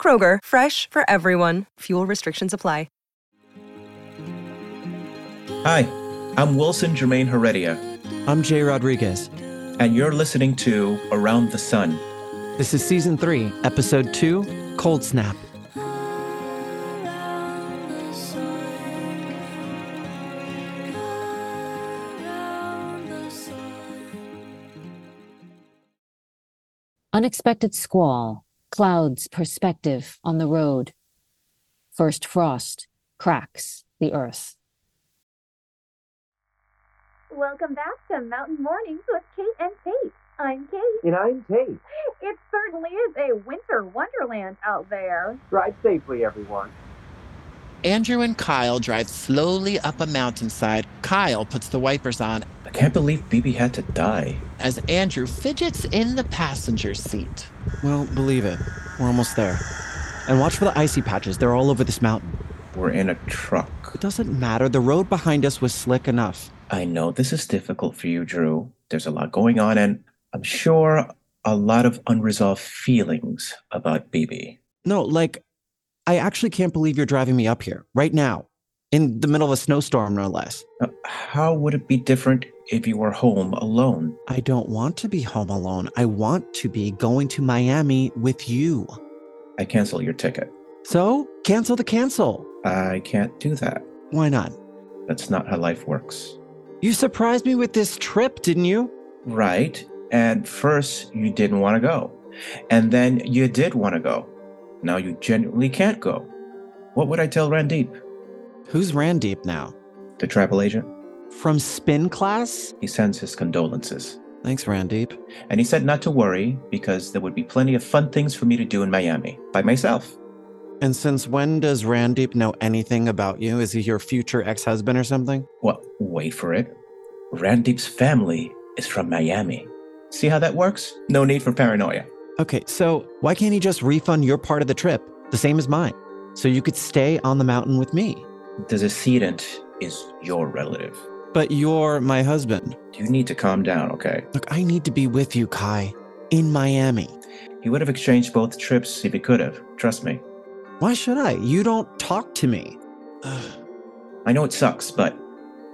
Kroger, fresh for everyone. Fuel restrictions apply. Hi, I'm Wilson Germain Heredia, I'm Jay Rodriguez. and you're listening to Around the Sun. This is season three, episode two Cold Snap. Unexpected squall, clouds perspective on the road. First frost cracks the earth. Welcome back to Mountain Mornings with Kate and Tate. I'm Kate. And I'm Tate. It certainly is a winter wonderland out there. Drive safely, everyone. Andrew and Kyle drive slowly up a mountainside. Kyle puts the wipers on I can't believe BB had to die. as Andrew fidgets in the passenger seat. Well, believe it, we're almost there. And watch for the icy patches, they're all over this mountain. We're in a It truck. doesn't matter, the road behind us was slick enough. I know this is difficult for you, Drew. There's a lot going on, and I'm sure a lot of unresolved feelings about BB. No, like, I actually can't believe you're driving me up here, right now, in the middle of a snowstorm, no less. Now, How would it be different if you were home alone? I don't want to be home alone. I want to be going to Miami with you. I cancel your ticket. So, cancel the cancel. I can't do that. Why not? That's not how life works. You surprised me with this trip, didn't you? Right. At first, you didn't want to go. And then you did want to go. Now you genuinely can't go. What would I tell Randeep? Who's Randeep now? The travel agent? From spin class? He sends his condolences. Thanks, Randeep. And he said not to worry because there would be plenty of fun things for me to do in Miami by myself. And since when does Randeep know anything about you? Is he your future ex husband or something? Well, wait for it. Randeep's family is from Miami. See how that works? No need for paranoia. Okay, so why can't he just refund your part of the trip, the same as mine? So you could stay on the mountain with me. The decedent is your relative. But you're my husband. You need to calm down, okay? Look, I need to be with you, Kai, in Miami. He would have exchanged both trips if he could have. Trust me. Why should I? You don't talk to me. Ugh. I know it sucks, but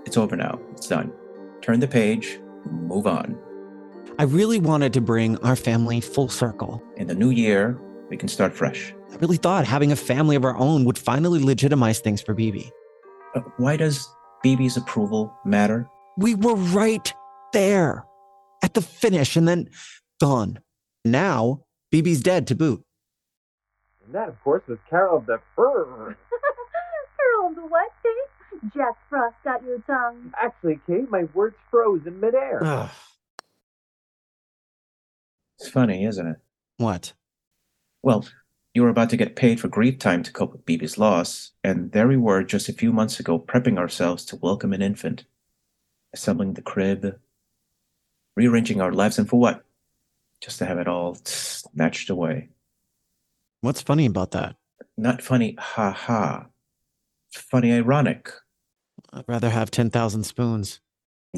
it's over now. It's done. Turn the page, move on. I really wanted to bring our family full circle. In the new year, we can start fresh. I really thought having a family of our own would finally legitimize things for BB. Uh, why does BB's approval matter? We were right there at the finish and then gone. Now, BB's dead to boot. And that, of course, was Carol the Fur. Harold, what Kate? Jack Frost got your tongue. Actually, Kate, my words froze in midair. Ugh. It's funny, isn't it? What? Well, you were about to get paid for grief time to cope with BB's loss, and there we were just a few months ago prepping ourselves to welcome an infant, assembling the crib, rearranging our lives, and for what? Just to have it all snatched away. What's funny about that? Not funny, ha ha. Funny, ironic. I'd rather have 10,000 spoons.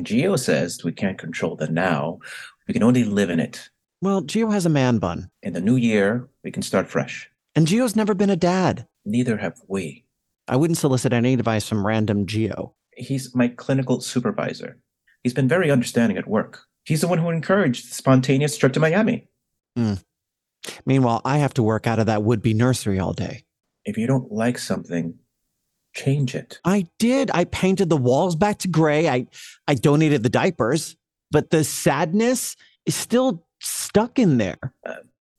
Geo says we can't control the now. We can only live in it. Well, Gio has a man bun, In the new year, we can start fresh. and Gio's never been a dad. Neither have we. I wouldn't solicit any advice from random Gio. He's my clinical supervisor. He's been very understanding at work. He's the one who encouraged the spontaneous trip to Miami. Meanwhile, I have to work out of that would be nursery all day. If you don't like something, change it. I did. I painted the walls back to gray. I, I donated the diapers, but the sadness is still stuck in there.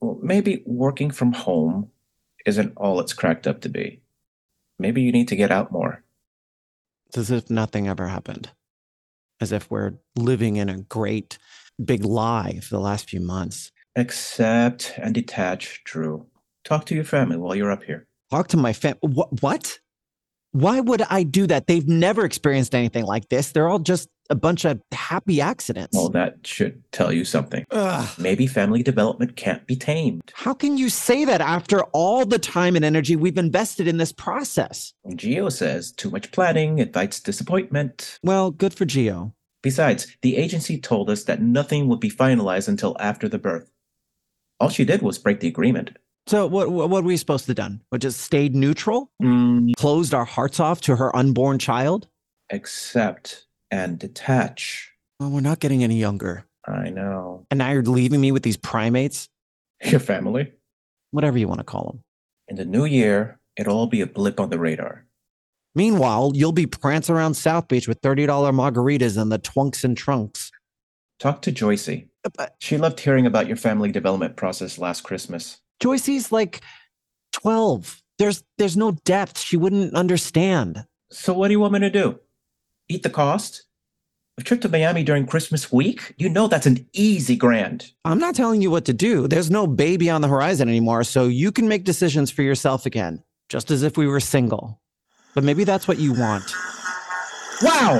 Well, maybe working from home isn't all it's cracked up to be. Maybe you need to get out more. It's as if nothing ever happened, as if we're living in a great big lie for the last few months. Accept and detach, Drew. Talk to your family while you're up here. Talk to my fam. What? What? Why would I do that? They've never experienced anything like this. They're all just a bunch of happy accidents. Well, that should tell you something. Ugh. Maybe family development can't be tamed. How can you say that after all the time and energy we've invested in this process? Geo says too much planning invites disappointment. Well, good for Geo. Besides, the agency told us that nothing would be finalized until after the birth. All she did was break the agreement. So what what what were we supposed to done? What just stayed neutral? Mm, Closed our hearts off to her unborn child? accept and detach. Well, we're not getting any younger. I know. And now you're leaving me with these primates, Your family? whatever you want to call them. In the new year, it'll all be a blip on the radar. Meanwhile, you'll be prancing around South Beach with $30 margaritas and the twunks and trunks. Talk to Joycey. But She loved hearing about your family development process last Christmas. Joycey's like 12. There's there's no depth. She wouldn't understand. So what do you want me to do? Eat the cost? A trip to Miami during Christmas week? You know that's an easy grand. I'm not telling you what to do. There's no baby on the horizon anymore, so you can make decisions for yourself again, just as if we were single. But maybe that's what you want. Wow!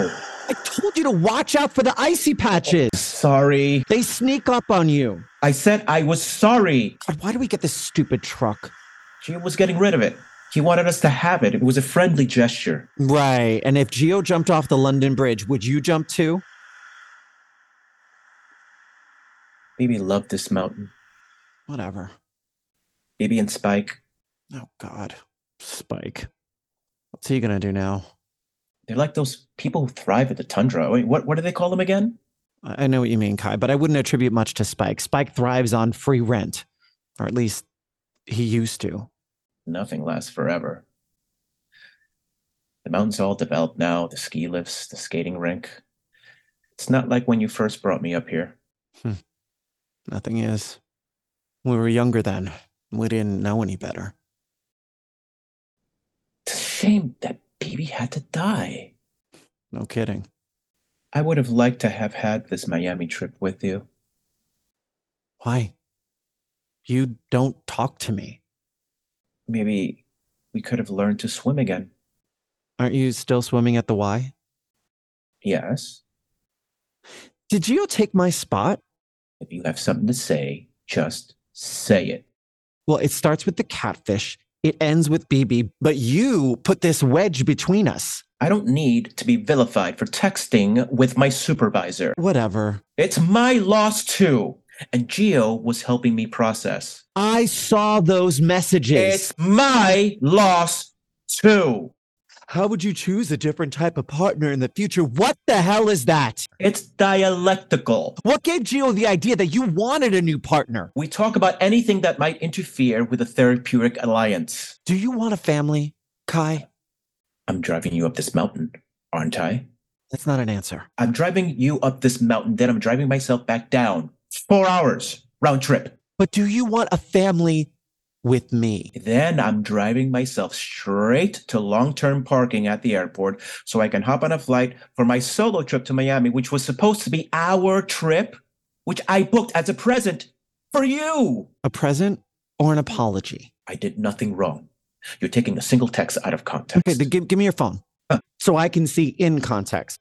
I told you to watch out for the icy patches. Sorry. They sneak up on you. I said I was sorry. God, why do we get this stupid truck? Gio was getting rid of it. He wanted us to have it. It was a friendly gesture. Right. And if Geo jumped off the London Bridge, would you jump too? Baby loved this mountain. Whatever. Baby and Spike, Oh God. Spike. What's he gonna do now? they're like those people who thrive at the tundra. Wait, what, what do they call them again? I I know what you mean, Kai, but I wouldn't attribute much to Spike. Spike thrives on free rent, or at least he used to. Nothing lasts forever. The mountains all developed now the ski lifts, the skating rink. It's not like when you first brought me up here. Nothing is. We were younger then. We didn't know any better. It's a shame that baby had to die. No kidding. I would have liked to have had this Miami trip with you. Why? You don't talk to me. Maybe we could have learned to swim again. Aren't you still swimming at the Y? Yes. Did Gio take my spot? If you have something to say, just say it. Well, it starts with the catfish. It ends with BB, but you put this wedge between us. I don't need to be vilified for texting with my supervisor. Whatever. It's my loss too. And Geo was helping me process. I saw those messages. It's my loss too. How would you choose a different type of partner in the future? What the hell is that? It's dialectical. What gave Gio the idea that you wanted a new partner? We talk about anything that might interfere with a therapeutic alliance. Do you want a family, Kai? I'm driving you up this mountain, aren't I? That's not an answer. I'm driving you up this mountain, then I'm driving myself back down. Four hours round trip. But do you want a family with me? Then I'm driving myself straight to long term parking at the airport so I can hop on a flight for my solo trip to Miami, which was supposed to be our trip, which I booked as a present for you. A present or an apology? I did nothing wrong. You're taking a single text out of context. Okay, then give, give me your phone Huh. so I can see in context.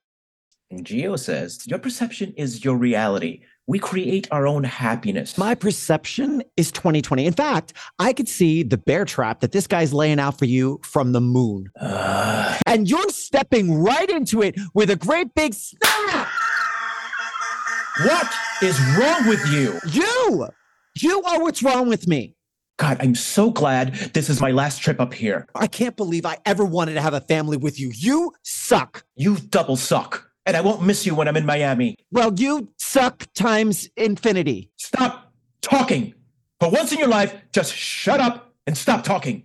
And Geo says, Your perception is your reality. We create our own happiness. My perception is 2020. In fact, I could see the bear trap that this guy's laying out for you from the moon. Ah, And you're stepping right into it with a great big snap. what is wrong with you? You, you are what's wrong with me. God, I'm so glad this is my last trip up here. I can't believe I ever wanted to have a family with you. You suck. You double suck. And I won't miss you when I'm in Miami. Well, you suck times infinity. Stop talking. For once in your life, just shut up and stop talking.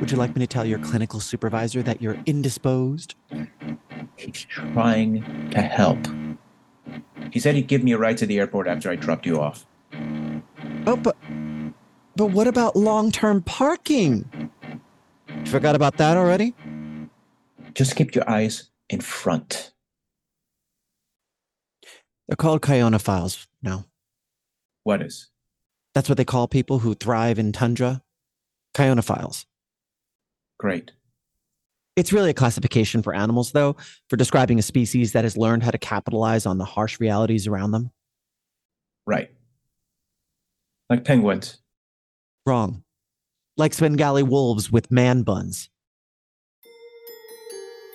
Would you like me to tell your clinical supervisor that you're indisposed? He's trying to help. He said he'd give me a ride to the airport after I dropped you off. Oh, but but what about long-term parking? You forgot about that already? Just keep your eyes in front. They're called cyanophiles now. What is? That's what they call people who thrive in tundra. Cyanophiles. Great. It's really a classification for animals, though, for describing a species that has learned how to capitalize on the harsh realities around them. Right. Like penguins. Wrong. Like Svengali wolves with man buns.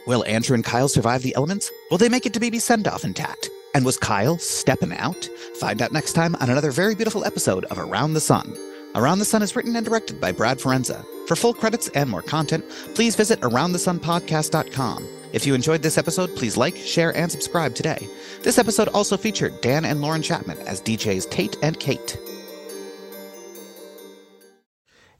Will Andrew and Kyle survive the elements? Will they make it to BB send off intact? And was Kyle stepping out? Find out next time on another very beautiful episode of Around the Sun. Around the Sun is written and directed by Brad Forenza. For full credits and more content, please visit aroundthesunpodcast.com. If you enjoyed this episode, please like, share, and subscribe today. This episode also featured Dan and Lauren Chapman as DJs Tate and Kate.